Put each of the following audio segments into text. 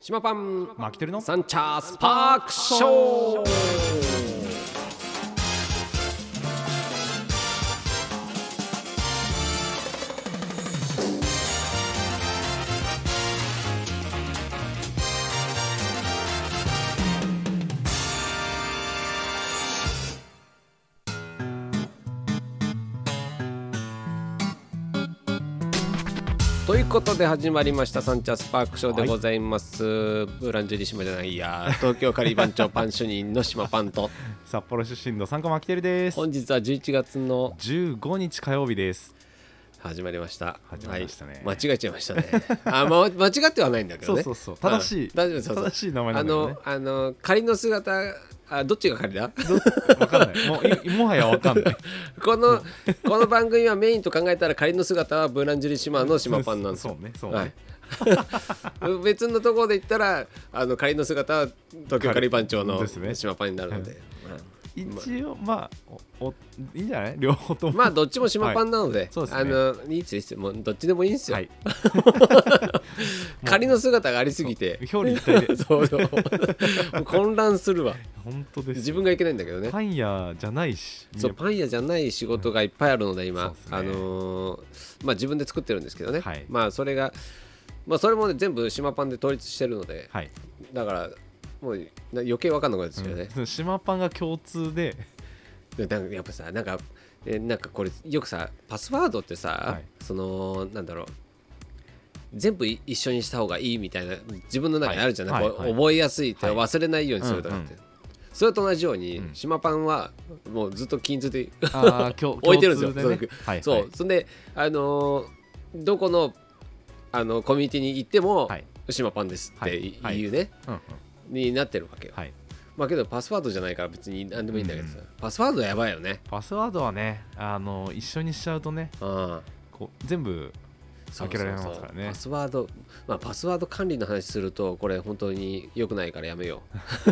島パンマキテルのサンチャースパークショーということで始まりましたサンチャースパークショーでございます、ブランジェリ島じゃないや東京カリバン町パン主任の島パンと札幌出身の参加マキテルです本日は11月の15日火曜日です始まりました。始まりましたねはい、間違えちゃいましたね。あ、ま、間違ってはないんだけどね。 そうそうそうん正しい大丈夫そうそう正しい名前なんだよねあの、あの、仮の姿、あ、どっちが仮だ。わかんないもうい もはやわかんない この、この番組はメインと考えたら、仮の姿はブーランジュリ島の島パンなんですよ。そうねそうねはい。 別のところで言ったら、あの、仮の姿は東京カリバン町のですね島パンになるので。一応まあおおいいんじゃない 両方とうんも、まあどっちも島パンなので、そうですねあのいいですよもうどっちでもいいんですよ、はい仮の姿がありすぎて表裏一 体でそうそう もう混乱するわ本当です自分がいけないんだけどねパン屋じゃないしそうパン屋じゃない仕事がいっぱいあるので今、そうですねあのーまあ、自分で作ってるんですけどね、はいまあそれが、まあ、それも、ね、全部島パンで統一してるので、はいだからもうな余計分かんなくなっちゃうよね、うん島パンが共 通ででなんかやっぱさなんかえなんかこれよくさパスワードってさ、はいそのなんだろう全部い一緒にした方がいいみたいな自分の中にあるじゃない、はいこうはい覚えやすいってはい忘れないようにするとかって、うんそれと同じように、うん島パンはもうずっと均一であー共 置いてるんですよ、共そう通ねはいは いそう、そんであのーどこのあのコミュニティに行っても、はい島パンですっていはいはい言うね、うんうんになってるわけよ、はいまあけどパスワードじゃないから別に何でもいいんだけどさ、うんパスワードやばいよねパスワードはねあの一緒にしちゃうとねうんこう全部開けられますからねパスワード、まあ、パスワード管理の話するとこれ本当に良くないからやめよ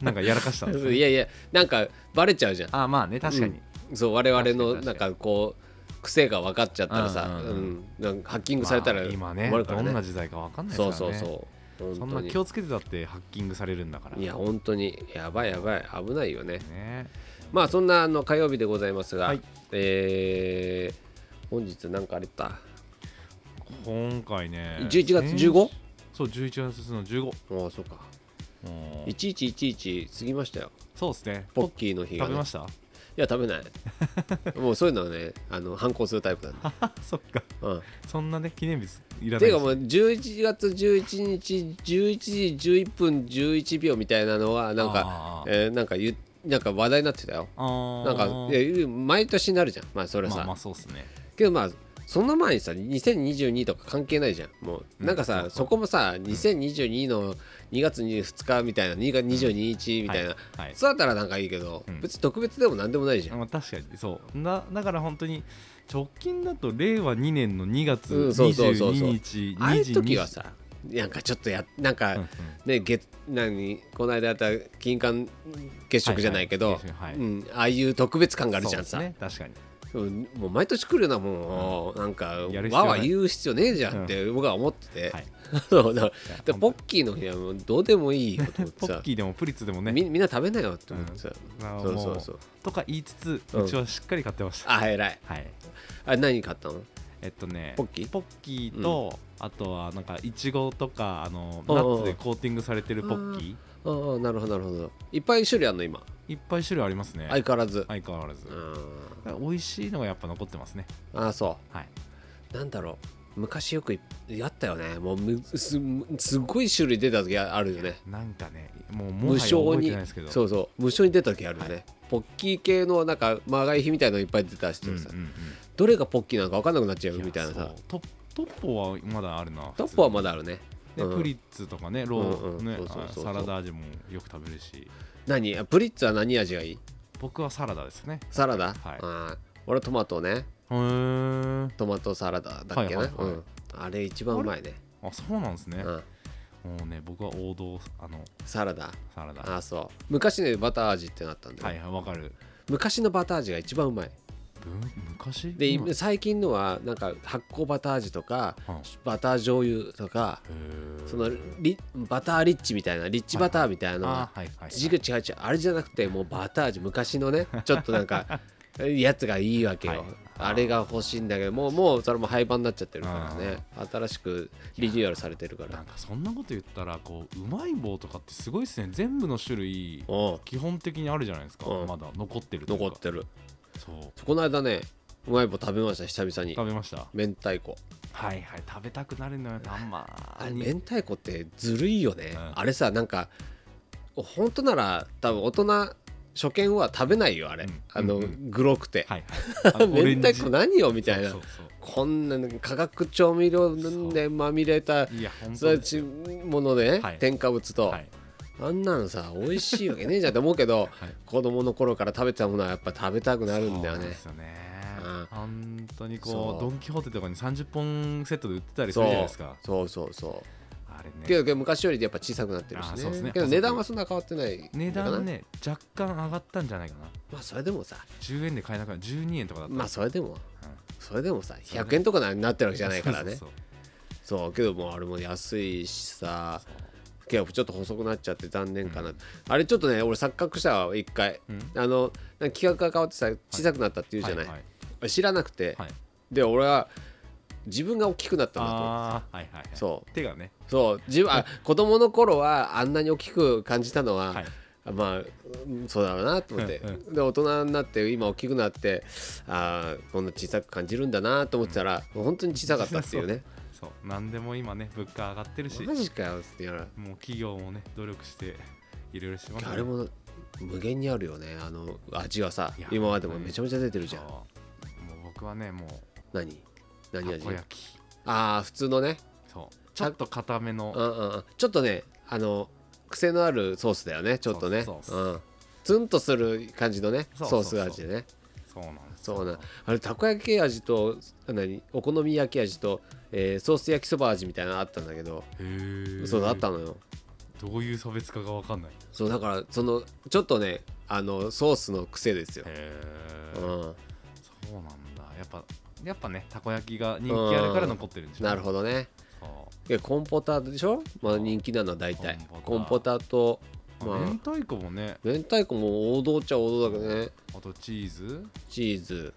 なんかやらかしたんですう ねいやいやなんかバレちゃうじゃんあーまあね確かに、そう我々確かにの確なかんにかこう癖が分かっちゃったらさ、うんんううんうんなんかハッキングされたらまあ今ね困るからね,、どんな時代かわかんないそでうすそうからねそうそ本ん当なに気をつけてたってハッキングされるんだからいや本当にやばいやばい危ないよねねまあそんなあの火曜日でございますが、はいえー本日なんかあれだ今回ね11月先 15? そう11月の15ああそうかうん1111過ぎましたよそうですねポッキーの日が、食ね、べました いや食べないもうそういうの はねあの反抗するタイプなんで、あそっかうん、そんなね記念日いらなていいですうかもう11月11日11時11分11秒みたいなのはなんかあ、ーえーなんかゆなんか話題になってたよあーなんかいや毎年なるじゃんまあそれさ、まあまあそうですねけどまあその前にさ2022とか関係ないじゃんもうなんかさ、うんそこもさ2022の2月2日みたいな2月22日みたいな、はいはいそうだったらなんかいいけど、うん別に特別でもなんでもないじゃんまあ、確かにそうなだから本当に直近だと令和2年の2月うんそうそうそうそう22日ああいう時は22さなんかちょっとやなんか、うんうんね月何この間やった金環月食じゃないけど、はいはいはいうん、ああいう特別感があるじゃんそさうですね確かにうんもう毎年来るようなもんを、なんかやる必要なわいわ言う必要ねえじゃんって僕は思ってて、はい そうだからいやでポッキーの日はもうどうでもいいよと思って ポッさキーでもプリッツでもねみみんな食べなよって思ってさ、まあそうもそううそうとか言いつつ、ううんちはしっかり買ってました。あ偉いはい。あれ何買ったのえっとね、ポッキーポッキーと、あとはなんかいちごとかあのうんナッツでコーティングされてるポッキああなるほどなるほどいっぱい種類あるの今ー、いっぱい種類ありますね。相変わらず、相変わらずう。ん美味しいのがやっぱ残ってますね。ああそうはい。なんだろう昔よくいやったよねもうむすすごい種類出た時あるよねなんかね、もうも無はや覚償えてにないですけど。。そううそう無償に出た時あるよね、ポッキー系のなんかまがい日みたいのいっぱい出たしうんうんさ、うん。どれがポッキーなのか分かんなくなっちゃういやみたいなさそうトットッポはまだあるな。トップはまだ。だあるね、でうんプリッツとかね、ロうんうー、んねそうそうそうあそうサラダ味もよく食べるし、何プリッツは何味がいい僕はサラダですね。サラダ、はいあー俺トマトねへー。トマトサラダだっけな、はいはいはいうん、あれ一番うまいね、あ、そうなんですね。うん、もうね、僕は王道、あの、サラダサラダ。あーそう昔ねバター味ってなったんだよ、はいはい、わかる。昔のバター味が一番うまい昔で今今最近のはなんか発酵バター味とかうんへバター醤油とかーそのリバターリッチみたいなリッチバターみたいなのあがーはいはい違う違う違うあれじゃなくてもうバター味昔の ねちょっとなんかやつがいいわけよ、はいあれが欲しいんだけどもうもうそれも廃盤になっちゃってるからね新しくリニューアルされてるかならんかそんなこと言ったらこううまい棒とかってすごいですね全部の種類おう基本的にあるじゃないですか、うんまだ残ってるというか残ってるそうこの間ねうまい棒食べました久々に食べました明太子はいはい食べたくなるのよたまあれに明太子ってずるいよね、うんあれさなんか本当なら多分大人初見は食べないよあれ、うんあの、うんうグロくて、はいは いあのオレ明ンジ太子何よみたいなそうそうこんな化学調味料でまみれたそういや本そ当うですよいうもので、ねはい添加物と、はいあんなのさ美味しいわけねえじゃんって思うけ ど、はい子供の頃から食べてたものはやっぱ食べたくなるんだよそうなんねですよねうん本当にそこううドン・キホーテとかに30本セットで売ってたりするじゃそないうですかそうそうそうあれけねどけど昔よりやっぱ小さくなってるしあーねそうですねけど値段はそんな変わってないのかな値段ね若干上がったんじゃないかなまあそれでもさ10円で買えなくなる12円とかだったまあそれでもうんそれでもさそれでも100円とかになってるわけじゃないからねそうそうそうけどもうあれも安いしさけどちょっと細くなっちゃって残念かな、うんあれちょっとね俺錯覚したわ一回そううんあのなんか企画が変わってさ小さくなったって言うじゃない、はい知らなくて、はいはいで俺は自分が大きくなったんだと思ってああはいはいはいそう手がねそう自分あ子供の頃はあんなに大きく感じたのは、はいまあうんそうだろうなと思ってうんうで大人になって今大きくなってあーこんな小さく感じるんだなと思ってたら、本当に小さかったっていうねそう何でも今ね物価上がってるしマジかよってやらもう企業もね努力していろいろしてますねあれも無限にあるよねあの味はさいや今までもめちゃめちゃ出てるじゃんそうもう僕はねもう何た何味こ焼きああ普通のねそうちょっと固めうんのうんうんちょっとねあの癖のあるソースだよねちょっとねそうそううんツンとする感じのねそうソそーうそうス味でねそうなんですよそうなあれたこ焼き味と何お好み焼き味と、えーソース焼きそば味みたいなのあったんだけどへえそうだあったのよどういう差別化が分かんないそうだからそのちょっとねあのソースの癖ですよへ、えうん、そうなんだやっぱやっぱねたこ焼きが人気あるから残ってるんでしょなるほどねどでコンポタでしょ、まあ、人気なのは大体ココンンポポタと、ま明あ、太子もね明太子も王道っちゃ王道だけどねあとチーズチーズ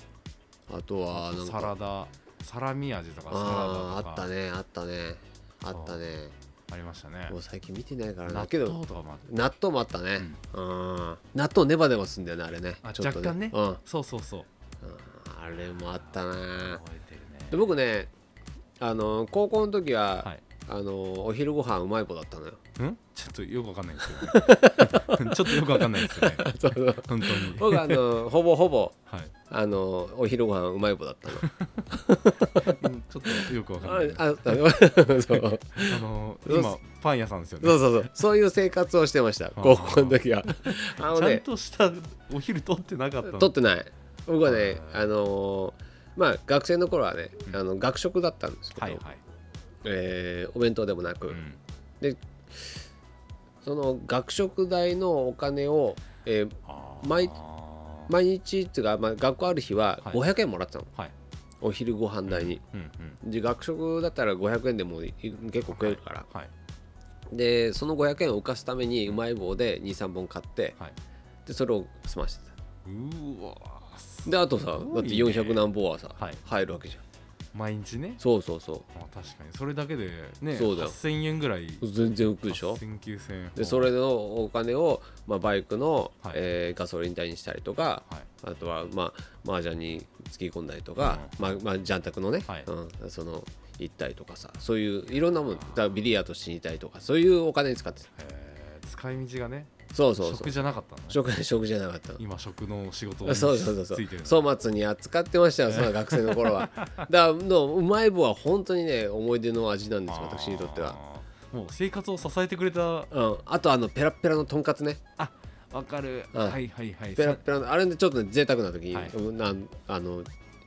あとはあなんとかサラダサラミ味とかサあラーあダっとたかねあったねあったねありましたねもう最近見てないから納だけど豆とかもある納豆もあったね、うん、納豆ネバネバすんだよねあれねあちょっと若干ねうんうんそうそうそうあれもあったな覚えてるねで僕ねあの高校の時は、はいあのお昼ご飯うまい棒だったのよ んちょっとよくわかんないですよねちょっとよくわかんないですよねそうそう本当に僕あのほぼほぼはいあのお昼ご飯うまい棒だっ たのうんちょっとよくわかんないああ そうそうあのそう今パン屋さんですよねそうそうそういう生活をしてました高校の時はあのちゃんねとしたお昼取ってなかったの取ってない僕はねああのまあ学生の頃はねうんあの学食だったんですけど、はいはいえーお弁当でもなく、うんその学食代のお金を、えーあー毎は毎日っていうか、まあ、学校ある日ははい500円もらってたの、いお昼ご飯代に、うんうんで学食だったら500円でもい結構食えるから、はいでその500円を浮かすためにうまい棒で23本買ってはいでそれを済ましてたうーわーであとさ、すだごっいてね400何本はさ、はい入るわけじゃん毎日ねそうそうそあ確かにそれだけでねそうだよ8000円ぐらいう全然浮くでしょ8000 9000円でそれのお金を、まあ、バイクの、はいえーガソリン代にしたりとか、はいあとはまあ麻雀に突き込んだりとか、まあまあ雀卓のね、はいうん、その行ったりとかさそういういろんなものだからビリヤードしに行ったりとかそういうお金に使ってたえー使い道がねそうそうそう食じゃなかったのね食食じゃなかったの今食の仕事あそうそうそうそつういてるの粗末に扱ってましたよその学生の頃はだからのうまい棒は本当にね思い出の味なんです私にとってはあーもう生活を支えてくれたうん、あとあのペラッペラのとんかつねわかる、うんはいはいはいペラッさペラのあれでちょっとね贅沢な時に、はいうんなんあの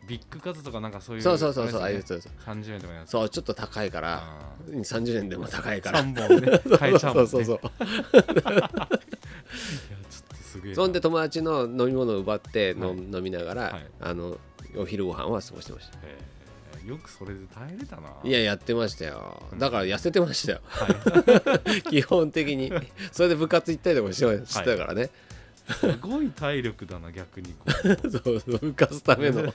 ビッグカツとかなんかそういうそうそうそうそうあああいれうでやすつねそう30円とかのやつそうちょっと高いからあ30円でも高いーから3本ね買えちゃうも んそうねそうそういやちょっとすげえなそんで友達の飲み物を奪っての、はい飲みながら、はいあのお昼ご飯は過ごしてましたえーよくそれで耐えれたないややってましたよだから痩せてましたよ 基本的にそれで部活行ったりとかしてましたからね、 すごい体力だな逆にこ うそうそう部活ため の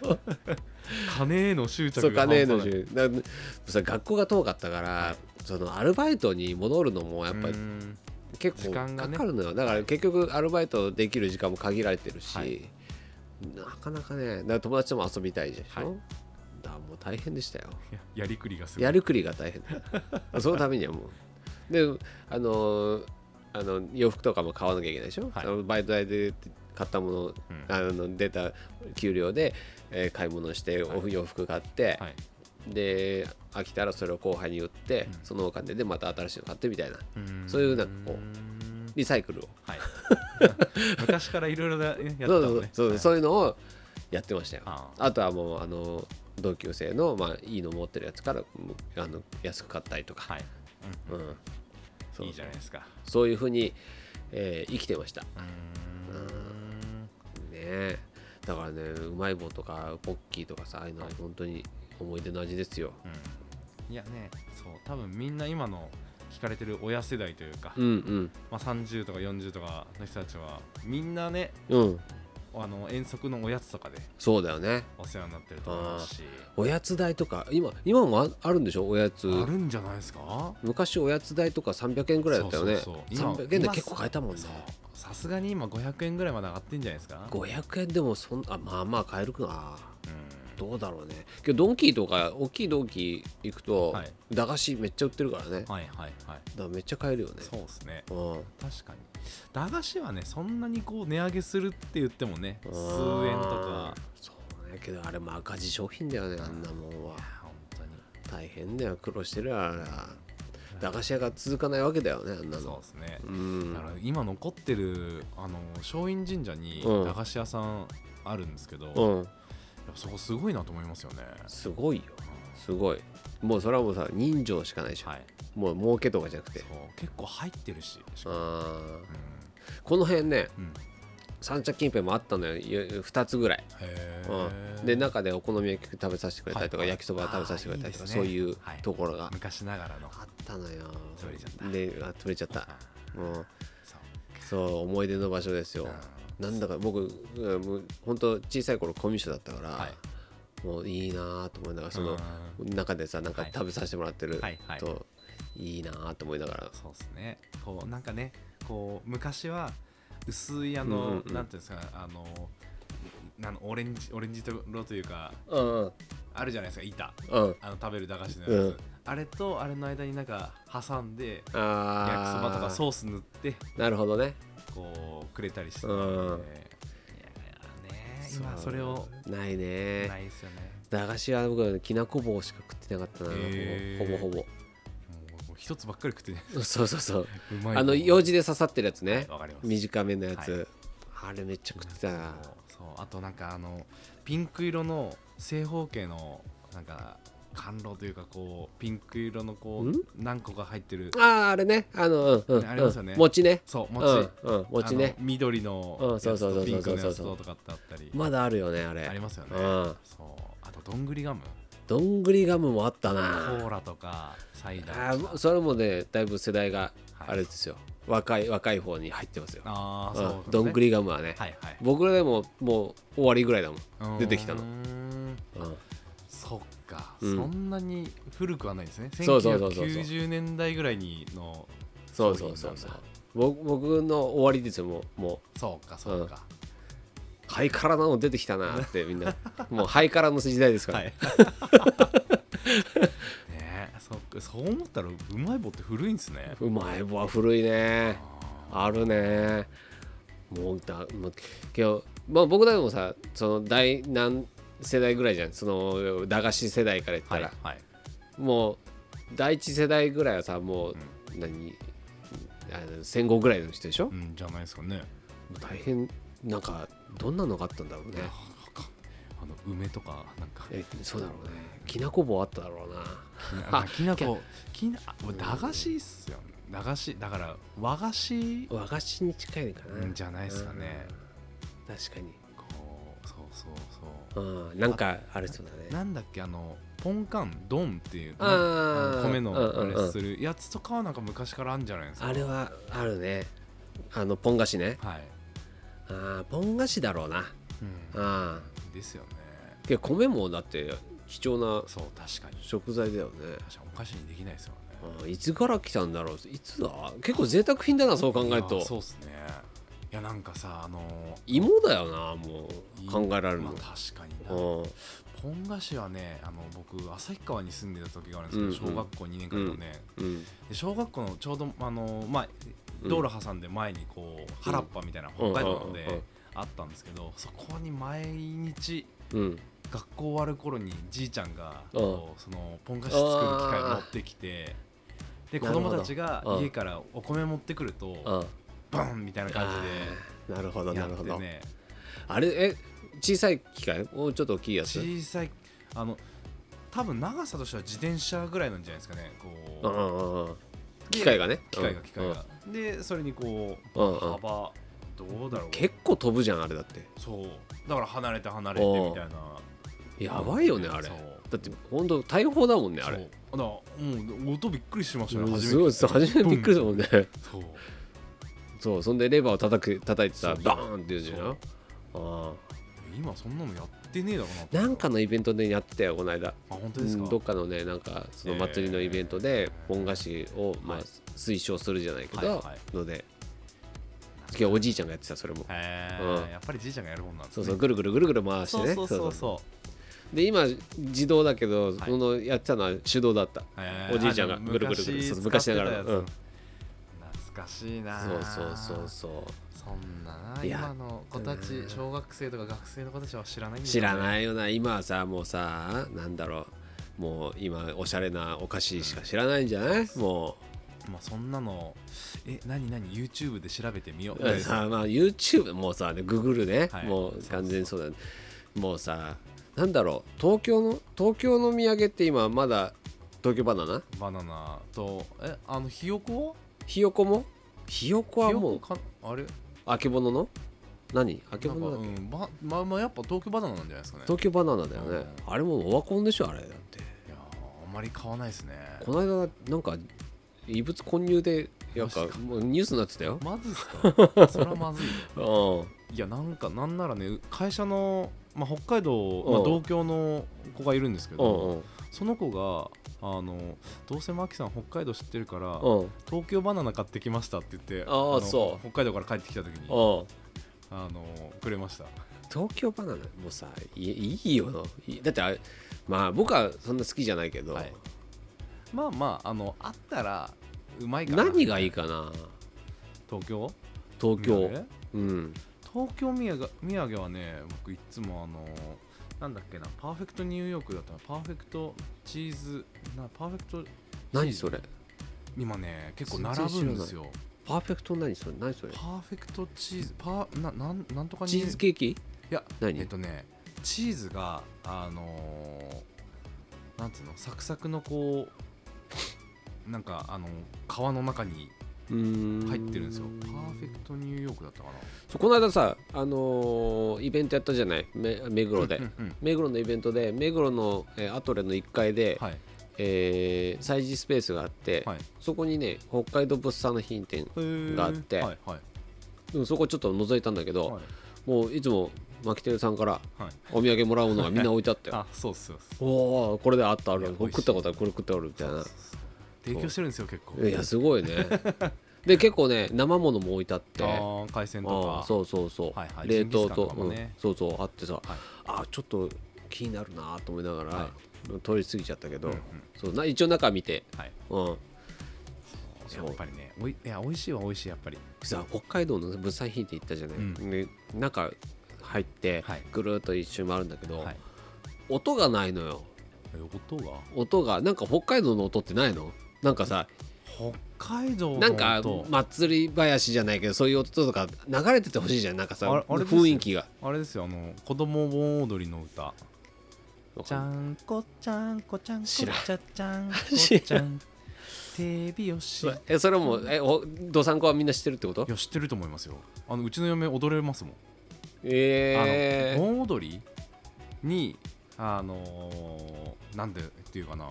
金への執そう着がか半端なねいえのしださ学校が遠かったから、そのアルバイトに戻るのもやっぱうりん結時構間がかねかるのよ、だから結局アルバイトできる時間も限られてるし、はいなかなかねだから友達とも遊びたいでしょ、はいだからもう大変でしたよややりくりがすごいやるくりが 大変だそのためにはもうであのーあの洋服とかも買わなきゃいけないでしょ、はいあのバイト代で買ったもの、あの出た給料で、えー買い物してお洋服買って、はいで飽きたらそれを後輩に売って、うんそのお金でまた新しいの買ってみたいなうんそういうなんかこううんリサイクルをはい 昔からいろいろやってたそうのねそうそう、はいそういうのをやってましたよああとはもうあの同級生の、まあ、いいの持ってるやつからむあの安く買ったりとか、はいうんうん、そういいじゃないですかそういうふうに、えー生きてましたねうーんえだからねうまい棒とかポッキーとかさああいうのは本当に思い出の味ですようんいやねそう多分みんな今の聞かれてる親世代というか、うんまあ、30とか40とかの人たちはみんなねうんうんあの遠足のおやつとかでそうだよねお世話になってると思うしおやつ代とか今今もああるんでしょおやつあるんじゃないですか昔おやつ代とか300円ぐらいだったよねそうそうそう300円で結構買えたもんねそうさすがに今500円ぐらいまで上がってんじゃないですか500円でもそんあまあまあ買えるかなうんどうだろうねけどドンキーとか大きいドンキー行くと、はい駄菓子めっちゃ売ってるからねだかはいはいはいらめっちゃ買えるよねそうですねうん確かに駄菓子はねそんなにこう値上げするって言ってもね数円とかそうねけどあれも赤字商品だよねあんなもんはいや本当に大変だよ苦労してるわあれは駄菓子屋が続かないわけだよねあんなそうのですねうだかんら今残ってるあの松陰神社にうん駄菓子屋さんあるんですけど、やっうんぱそこすごいなと思いますよね、すごいようすごいもうそれはもうさ人情しかないでしんょはいもう儲けとかじゃなくそうて結構入ってるししかもあーうこの辺ねんうん三茶近辺もあったのよ2つぐらいへうーん、で中でお好み焼き食べさせてくれたりとか、はい焼きそば食べさせてくれたりとかあーいいですそねういうはいところが昔ながらのあったのよ潰れちゃったであ潰れちゃったあうんそうそう思い出の場所ですようなんだか僕うんもう本当小さい頃コミュ障だったから、はもういいなーと思いながらそのう中でさなんかはい食べさせてもらってると、はいいはいいなーと思いながらそうですねこうなんかねこう昔は薄いあの、うんうんうんなんていうんですかあのなのオレンジオレンジ色というかうんうんあるじゃないですか板うんあの食べる駄菓子のやつ、うんあれとあれの間になんか挟んであ焼きそばとかうソース塗ってなるほどねこうくれたりしてたんうで、んいやーね今それをないねーないですよね駄菓子は僕はきなこ棒しか食ってなかったな、へーほぼほぼほもうもう一つばっかり食ってるぼそうそうそううまいあの用事で刺さってるやつねわかります短めのやはつ、あれめっちゃ食ってたなそうあとなんかあのピンク色の正方形のなんか甘露というかこうピンク色のこんう何個か入ってるあーあれねあのうんうん、ありますよねうん餅ねそうう餅、んうん餅ねあの緑のうんやつそうそうそとうピンクのそやうつそうそとうとかってあったりまだあるよねあれありますよねうんそうあとどんぐりガムどんぐりガムもあったコなーラとかサイあダーとかーそれもねだいぶ世代がはいあれですよ、若い若い方に入ってますよ、あーうそう、ん、どんぐりりガムはね、はいはい僕らでももう終わりぐらいだもん、うーん出てきたのうん、そっか、うんそんなに古くはないですねそうそうそうそう1990年代ぐらいにのそうそうそうそう商品なんだ僕僕の終わりですよもうもうそうかそうか、ハイカラなの出てきたなってみん なもうハイカラの時代ですから、 はいねえそっかそう思ったらうまい棒って古いんですねうまい棒は古いねああるねもうだもう今日、まあ、僕らでもさその第何世代ぐらいじゃんその駄菓子世代から言っーたら、はいもう第一世代ぐらいはさもう、何あの戦後ぐらいの人でしょ、うんじゃないですかね大変なんかどんなのがあったんだろうねあわかんないあの梅とかなんかえそうだろうねきなこ棒あっただろうなあきなこきなあ駄菓子っすよね駄菓子だから和菓子和菓子に近いのかなじゃないですかね確かにこうそうっそうそうん、なんかあるそうだうねなんだっけあのポンカンドンっていうあなーあの米のあうんうんうんれするやつとかはなんか昔からあるんじゃないですかあれはあるねあのポン菓子ねはい、あーポン菓子だろうなうんあですよねーいや米もだって貴重なそう確かに食材だよね確かにお菓子にできないですよねあーいつから来たんだろういつだ結構贅沢品だなそう考えるいとやそうっすねいやなんかさあの芋だよなもう考えられるまのあ、確かになうんポン菓子はねあの僕旭川に住んでた時があるんですけうど、んうん小学校2年から4年、うんで小学校のちょうどあの、まあ、うん道路挟んで前にこう原っぱみたいなうん北海道うんうんうんうでんあったんですけどそこに毎日うん学校終わる頃にじいちゃんがうんこうそのポン菓子作る機械持ってきてで子なるほど供たちがうん家からお米持ってくるとあバンみたいな感ーなるほじどでやなるほってどねあれえ小さい機械もうちょっと大きいやつ小さいあの多分長さとしては自転車ぐらいなんじゃないですかねうこんううんうん機械がね機械がうん機械がでそれにこううんうん幅どうだろう結構飛ぶじゃんあれだってそうだから離れて離れてみたいなやばいよねあれそうだって本当大砲だもんねあれそうだからもう音びっくりしましたねうん初すごいめてそう初めびっくりだもんねそうそうそんでレバーを叩く叩いてさそうそうバーンって言うじゃんあ今そんなのやってねえだろうなーなんかのイベントでやってたよこの間あ本当うですか、んどっかのねなんかその祭りのイベントでポン菓子をまあはい推奨するじゃないけはいどはので次はおじいちゃんがやってたそれもへえ、うんやっぱりじいちゃんがやるもんなんですそうねそうぐるぐるぐるぐる回してねそうそうそうそで今自動だけどいそのやってたのは手動だったうへえおじいちゃんがあのぐるぐるぐるそう昔使なってがたらやつのうん懐かしいなそうそうそうそうそんなないや今の子たち小学生とか学生の子たちは知らないんだよね知らないよな今はさもうさなんだろうもう今おしゃれなお菓子しか知らないんじゃないもまあそんなのえ何何 YouTube で調べてみよううさまあ YouTube もうさググるねはいもう完全にそうだねもうさなんだろう東京の東京の土産って今まだ東京バナナバナナとえあのひよこひよこもひよこははひよもこうかあれあけぼのの何あけなぼんかのだっうけんばまあまあやっぱ東京バナナなんじゃないですかね東京バナナだよねあれもうオワコンでしょあれだっていやーあんまり買わないですねこの間なんか異物混入でなんマかジかもうニュースになってたよまずいっす かそれはまずいようんいやなんかなんならね会社の、まあ、北海道、うまんあ、同郷の子がいるんですうけんど、その子があのどうせマキさん北海道知ってるから、うんうん東京バナナ買ってきましたって言ってあーのそう北海道から帰ってきた時にうんあのくれました東京バナナもうさいいいよないだってあれまあ僕はそんな好きじゃないけど、はいまあまああのあったらうまいから何がいいかな東京東土京産うん東京土産土産はね僕いつもあのなんだっけなパーフェクトニューヨークだったらパーフェクトチーズなパーフェクト何それ今ね結構全然並ぶんですよパーフェクト何それ何それパーフェクトチーズパーななんなんとかにチーズケーキいや何えっとねチーズがあのーなんつうのサクサクのこうなんかあの皮の中にうーん入ってるんですよパーフェクトニューヨークだったかなそうこの間さあのーイベントやったじゃないめ目黒で、うんうんうん目黒のイベントで目黒の、えーアトレの1階で、はいえー催事スペースがあって、はいそこにね北海道物産の品店があってへーはいはいうんそこちょっと覗いたんだけど、はいもういつもマキテルさんからはいお土産もらうものがみんな置いてあったよ あそうっすよおおこれであったあるいやこれ食ったことあるこれ食ってあるみたいな提供してるんですよ結構いやすごいねで結構ね生ものも置いてあってあー海鮮とあーかそうそうそう、はいはい冷凍とジンギスカンとかもねうんそうそうあってさ、はいあーちょっと気になるなと思いながら、は通り過ぎちゃったけど、うんうんそうな一応中見て、はいうん、やっぱりねおいいや美味しいは美味しいやっぱりさ北海道の物産品って行ったじゃない、うんで中入ってはいぐるーっと一周回るんだけど、はい音がないのよえ音が音がなんか北海道の音ってないのなんかさ北海道の音なんか祭り林じゃないけどそういう音とか流れててほしいじゃんなんかさあれあれですよ雰囲気があれですよあの子供盆踊りの歌ちゃんこちゃんこちゃんこ知ちらんゃちゃんこ知ちゃん手拍子いえそれもえおどさんこはみんな知ってるってことや知ってると思いますよあのうちの嫁踊れますもんえあーの盆踊りにあのーなんでっていうかな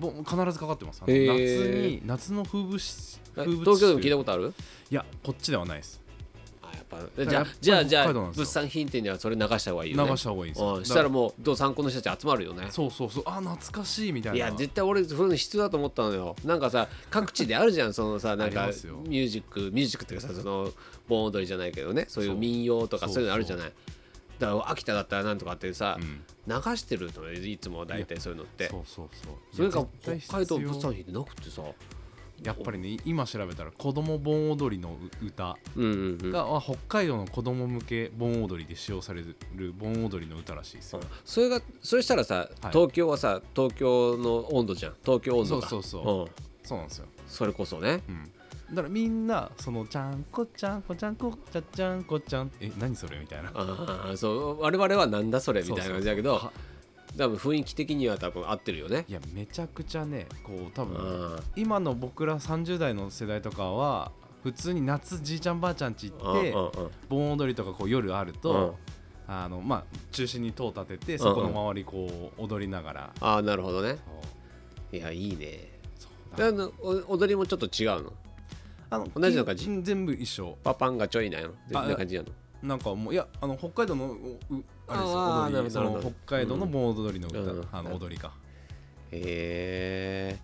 ぼ必ずかかってますあのへー夏に夏の風物詩え風物詩東京でも聞いたいことあるやこっちではないですあやっぱじゃやっあぱりじゃあじゃ北あ海道なんですよ物産品店ではそれ流した方がいい流よねした方がいいんですようんしたらだかもうどう参考の人たち集まるよねらそうそうそうあ懐かしいみたいないや絶対俺そういうの必要だと思ったのよなんかさ各地であるじゃんそのさなんか ありミますよュージックミュージックっていうかさその盆踊りじゃないけどねそういうそう民謡とかそうそういうのあるじゃないだから秋田だったらなんとかってさ、うん流してるのよいつも大体そういうのってそうそうそうそれがいや絶北対海道必要物産品でなくてさやっぱりね今調べたら子供盆踊りの歌うんうんうんが、あ北海道の子供向け盆踊りで使用される盆踊りの歌らしいですよ、それがそれしたらさはい東京はさ東京の温度じゃん東京温度がそうそうそんそうなんですよ、それこそねうん、だからみんなそのちゃんこちゃんこちゃんこちゃちゃんこちゃんえ何それみたいなああそう我々はなんだそれみたいな感じだけどそうそうそうは多分雰囲気的には多分合ってるよね いやめちゃくちゃねこう多分あ今の僕ら30代の世代とかは普通に夏じいちゃんばあちゃんち行あってうんうんうん盆踊りとかこう夜あると、あのまあ、中心に塔立ててそこの周りこう踊りながら、ああなるほどねそういやいいねそうだあのお踊りもちょっと違うのあの同じの感じき全部一緒パパンがちょいなの全然感じなのなんかもういやあの北海道のううあれですよあー踊りなるほどそなのるほど北海道の盆踊りの歌、うんあのうん踊りか、へえ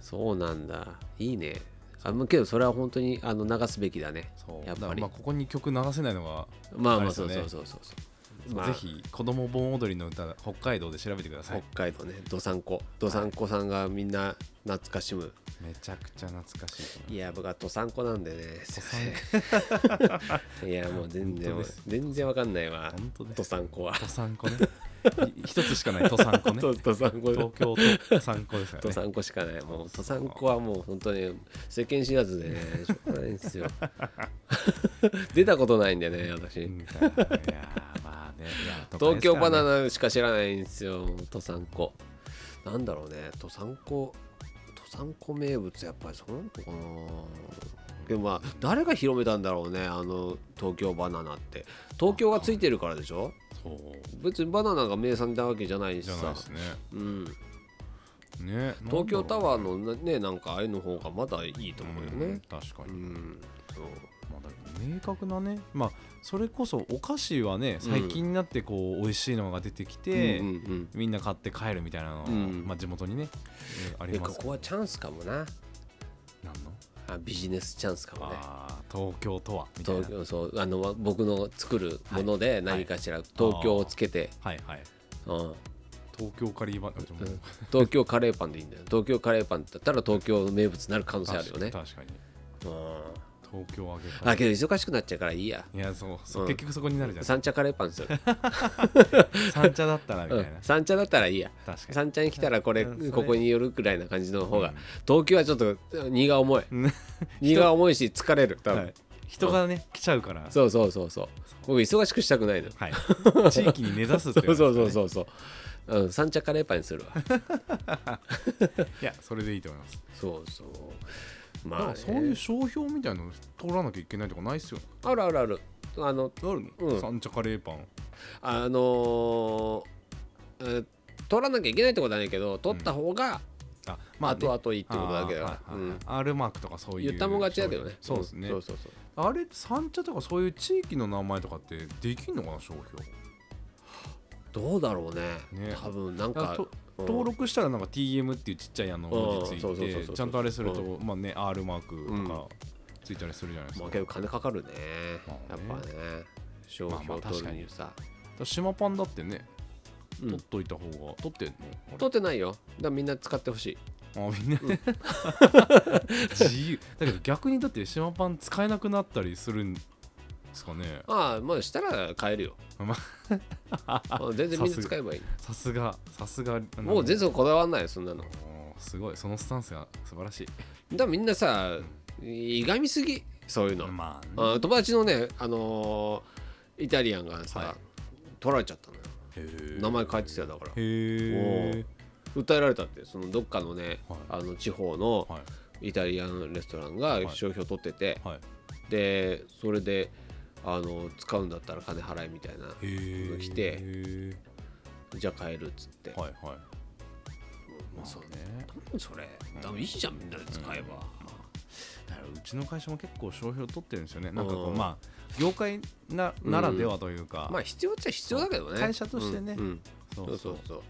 そうなんだいいねあもうけどそれは本当にあの流すべきだねそうやっだかぱらりまあここに曲流せないのはまああまあれですそようねそうそうそうそう、まあ、ぜひ子供盆踊りの歌北海道で調べてくださ北い海道ねどさんこどさんこさんがみんな懐かしむめちゃくちゃ懐かしいと思いや僕はどさんこなんでねす いませんいやもう全然本当です全然わかんないわ本当ですどさんこはうとさんこねい一つしかないとさんこ ねどどさんこ東京とさんこですからとねさんこしかないもうとさんこはもう本当に世間知らずでねしょうがないんですよ 出たことないんでね私うんいやーまあねいや都東会です京からバねナナしか知らないんですよとさんこなんだろうねとさんことさんこ名物やっぱりそうなのかなでもまあ誰が広めたんだろうねあの東京バナナって東京がついてるからでしょそう別にバナナが名産なわけじゃないしじゃなさいですねうんね東京タワーののなねなんかあれの方がまだいいと思うよね確かうに、んそうまあ、だけど明確なね、まあ、それこそお菓子はね最近になってこう美味しいのが出てきて、うんうんみんな買って帰るみたいなのは、うんまあ、地元にね、えーあうんりでまこすこはチャンスかもななんのあビジネスチャンスかもねあー東京とはみたいな東京そうあのわ僕の作るもので何かしら東京をつけて、はいはいうん東京カリーバンあちょっと待って東京カレーパンでいいんだよ東京カレーパンだったら東京の名物になる可能性あるよね、確かにうん、確かに東京揚げパンあけど忙しくなっちゃうからいいやいやそうそう、うん結局そこになるじゃん三茶カレーパンす る、三茶だったらみたういんな、、三茶だったらいいや確かに三茶に来たらこれ、うんそれここに寄るくらいな感じの方が、うん東京はちょっと荷が 重いうん荷が重いし疲れる多分、はい人がね、来ちゃうからそうそうそうそう僕忙しくしたくないのはい、地域に根ざすって いそううそうそのがうそうそう、うん、三茶カレーパンにするわいやそれでいいと思いますそうそうまだかあ、らね、そういう商標みたいなの取らなきゃいけないとかないっすよね。あるあるあるあのあるの、うん三茶カレーパン。あのーえー取らなきゃいけないってことはないけど取った方があ、後は々いいってことだけだから、うん、 R マークとかそういう。言ったもん勝ちだけどねそうですねんそ。うそうそうあれ、三茶とかそういう地域の名前とかってできんのかな、商標。どうだろうねね多分なんなんかかとうん登録したらなんか TM っていうちっちゃいあの文字つうんそうそうそういそてうちゃんとあれすると、うまあね R マークとかついたりするじゃないですまかあ、けど金かかるねまあやっねぱね商まあま標あ取るにはさ、だから島パンだってねうん取っといた方が取ってんのあれ取ってないよだからみんな使ってほしいあみ んな自由だけど逆にだって島パン使えなくなったりするんですかねああまあしたら買えるよ まあ全然みんな使えばいいさすがさすがあのもう全然こだわんないよそんなのだかもうすごいそのスタンスが素晴らしいらみんなさいがみすぎそういうの、まあねあ友達のね、あのーイタリアンがさ、は取られちゃったのよへー名前変えてたよだからへえ訴えられたってそのどっかのね、はいあの地方のはいイタリアンレストランが商標取ってて、はいでそれであの使うんだったら金払いみたいなへえ来てへじゃあ買えるっつって、えはいはいまあ、それね何それ多分いいじゃんみんなで使えば、だからうちの会社も結構商標取ってるんですよねなんかこううんまあ業界なならではというか、まあ必要っちゃ必要だけどね会社としてねうんうんそそうそうそう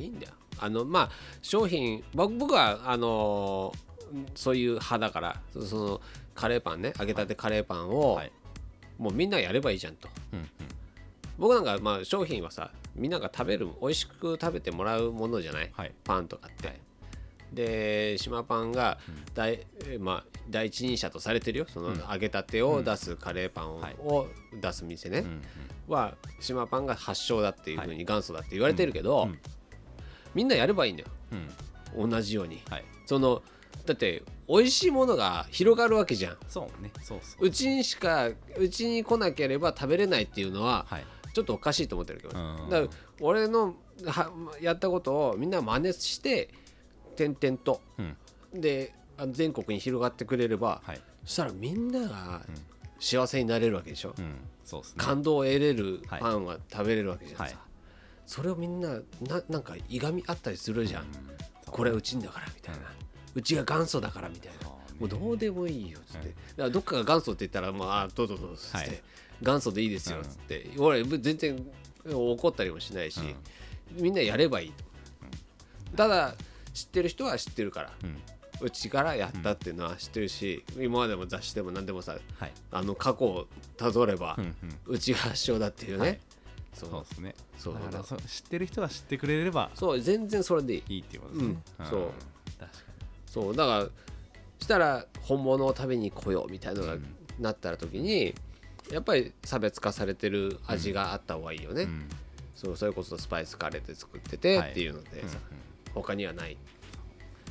いいんだよあのまあ商品僕僕はあのーそういう派だからそそのカレーパンね揚げたてカレーパンを、はいもうみんなやればいいじゃんとうんうん僕なんかまあ商品はさみんなが食べる美味しく食べてもらうものじゃない、はいパンとかって、で島パンが第,、えーまあ、第一人者とされてるよそのうん揚げたてを出すカレーパンを,、はい出す店ね、うんうんは島パンが発祥だっていうふうに元祖だって言われてるけど、うんみんなやればいいんだようん同じようにはいそのだって美味しいものが広がるわけじゃんそうねそうそううちにしかうちに来なければ食べれないっていうのははいちょっとおかしいと思ってるけど、うんだから俺のはやったことをみんな真似して点々とうんであの全国に広がってくれれば、はいそしたらみんなが幸せになれるわけでしょ、うんそうですね感動を得れるはいパンは食べれるわけじゃんさ、はいそれをみんなななんかいがみあったりするじゃん、うんこれうちんだからみたいな、うちが元祖だからみたいな、そうねもうどうでもいいよっつって、だからどっかが元祖って言ったらまああどうぞどうぞっつって、はい元祖でいいですよっつって、俺全然怒ったりもしないし、みんなやればいいと、ただ知ってる人は知ってるから、うんうちからやったっていうのは知ってるし、今までも雑誌でも何でもさはいあの過去をたどれば、うんうんうちが発祥だっていうね、はいそそううですねそうだかだらそ知ってる人は知ってくれればそう全然それでいいいいっていうことですね、うんそう確かそうだからしたら本物を食べに来ようみたいなのがうんなった時に、やっぱり差別化されてる味があった方がいいよね、に、うんそうそれこそスパイスカレーで作っててはいっていうのでうんうさ、ん他にはない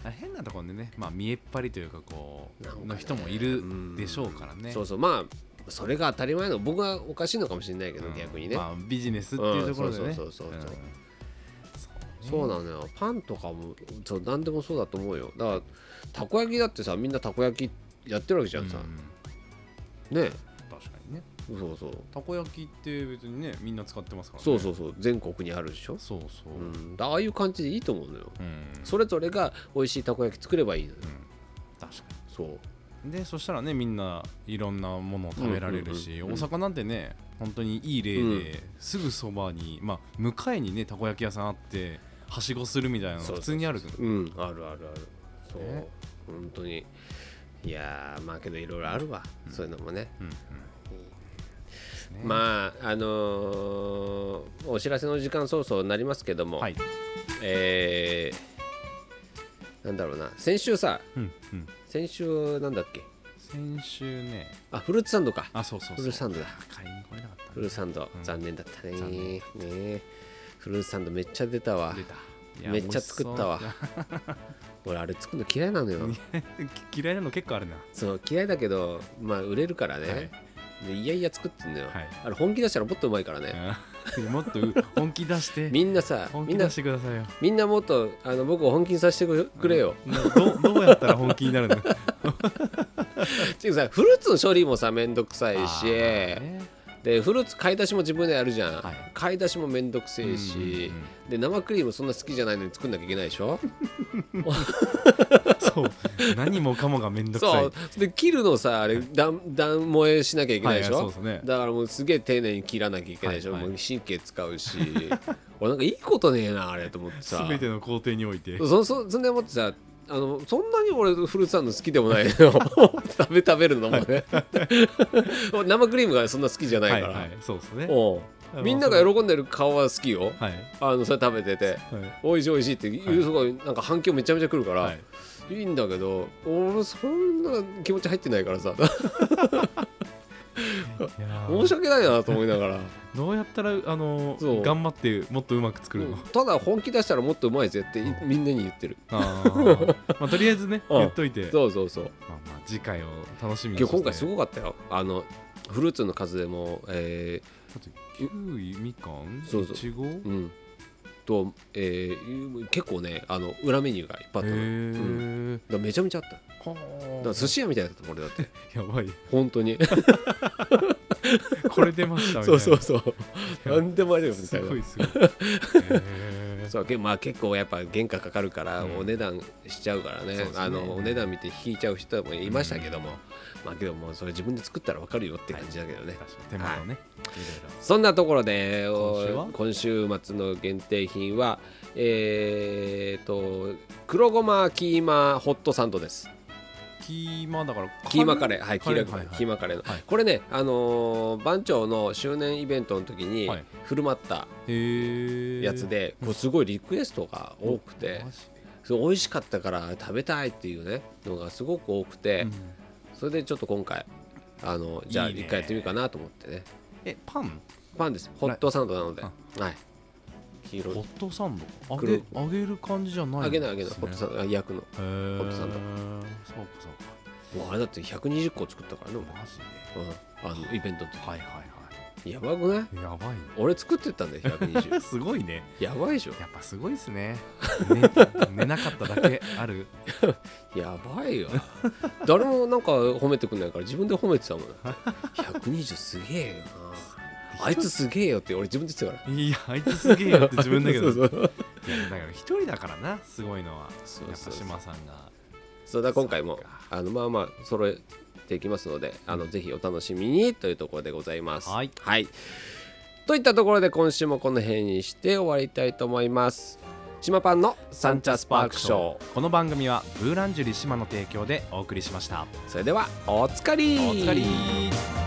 あれ変なところでね、まあ、見えっ張りというかこうなんかねの人もいるでしょうからね。そうそうまあそれが当たり前の僕はおかしいのかもしれないけど、うん逆にね、まあ、ビジネスっていうところでね。うんそうそうそうそうそうんそうなのよパンとかもそう何でもそうだと思うよだからたこ焼きだってさみんなたこ焼きやってるわけじゃんさ、うんね確かにね。そうそうたこ焼きって別にねみんな使ってますからね。そうそううそう全国にあるでしょ、そうそうう。うんん、だああいう感じでいいと思うのよそそれぞれが美味しいたこ焼き作ればいいのよ確かそうに。でそしたらねみんないろんなものを食べられるうし、んうんうんうん大阪なんてね本当にいい例で、うんすぐそばに、まあ、向かいにねたこ焼き屋さんあってはしごするみたいなのそうそうそう普通にあるけどうんあるあるあるそう、ね本当にいやーまあけどいろいろあるわ、そういうのもねうんうんあまああのーお知らせの時間早々になりますけども、はいえーなんだろうな先週さうんうん先週なんだっけ先週ねあフルーツサンドかあそうそうフそうルーツサンドだ買いに来れなかったフルーツサンド、うん残念だったね残念ねえフルーツサンドめっちゃ出たわ出たいやめっちゃ作ったわ美味し俺あれ作るの嫌いなのよそう 嫌いなの結構あるなそう嫌いだけどまあ売れるからね、はいでいやいや作ってんだよ、はいあれ本気出したらもっとうまいからね、うんもっと本気出してみんなさ本み気んな出してくださいよみんなもっとあの僕を本気にさせてくれよ、などどうやったら本気になるのていうかさフルーツの処理もさめんどくさいあし、ーねでフルーツ買い出しも自分でやるじゃん、はい買い出しもめんどくせえし、で生クリームそんな好きじゃないのに作んなきゃいけないでしょそう何もかもがめんどくさいそうで切るのさあれ段段萌えしなきゃいけないでしょ、はいはいそうですねだからもうすげえ丁寧に切らなきゃいけないでしょ、はいはいもう神経使う し俺なんかいいことねえなあれと思ってさ全ての工程においてそそそんでもってさあのそんなに俺フルーツサンド好きでもないのよ食べ食べるのもね俺 生クリームがそんな好きじゃないはかいら、はいそうですねおうあのみんなが喜んでる顔は好きよ、はいあのそれ食べててはいおいしいおいしいって言うそこなんか反響めちゃめちゃくるから、はいい、いんだけど俺そんな気持ち入ってないからさいやー申し訳ないなと思いなが らどうやったらあのそう頑張ってもっとうまく作るの、ただ本気出したらもっとうまいぜっていみんなに言ってるあーまあとりあえずねうん言っといてそうそうそうまあまあ次回を楽しみに今日今回すいごかったよあのフルーツの数でもえキウイみかんそうそういちごへーうんと、えー結構ねあの裏メニューがいっぱいあったの、うんだかえらめちゃめちゃあっただかはら寿司屋みたいだったもん俺だってあやばい本当にこれ出ましたみた いそうなそうそう何でもありだよみたすいなごい すごい、へーそうけまあ、結構やっぱ原価かかるからうんお値段しちゃうからね,、そうですねあのお値段見て引いちゃう人もいましたけども、まあけどもうそれ自分で作ったら分かるよって感じだけどね、確かに手間のね、い、ろいろそんなところで今週はお今週末の限定品はえー、と黒ごまキーマホットサンドですキーマだからキーマカレーはいキカーレマカレーー、はいはいキーマカレーの、はいこれねあのー番長の周年イベントの時にはい振る舞ったへえやつで、こうすごいリクエストが多くて、そう美味しかったから食べたいっていうねのがすごく多くて、それでちょっと今回あのじゃあいいね一回やってみるかなと思ってねえパンパンですホットサンドなので、はい、黄色いホットサンド揚黒げい揚げる感じじゃないあげないあげない、ホットサンンドあ焼くのドホホットサンドそうかそうかもうあれだって120個作ったからねマジで俺、うん、あのイベントの時はいはやばくないいはいやばいね俺作ってったんだよ 120すごいねやばいでしょやっぱすごいです ねね寝なかっただけあるやばいよ誰もなんか褒めてくんないから自分で褒めてたもんだって120すげ えよなあいつすげえよって俺自分で言ってたかいやあいつすげえよって自分だけら どそうそういやだから一人だからなすごいのはそうやっそぱうそう島さんがそうだから今回もそうかあのまあまあ揃えていきますのであのぜひお楽しみにというところでございます。はいといったところで今週もこの辺にして終わりたいと思います。島パンのサンチャスパークショーこの番組はブーランジュリ島の提供でお送りしましたそれではおつかりお疲れ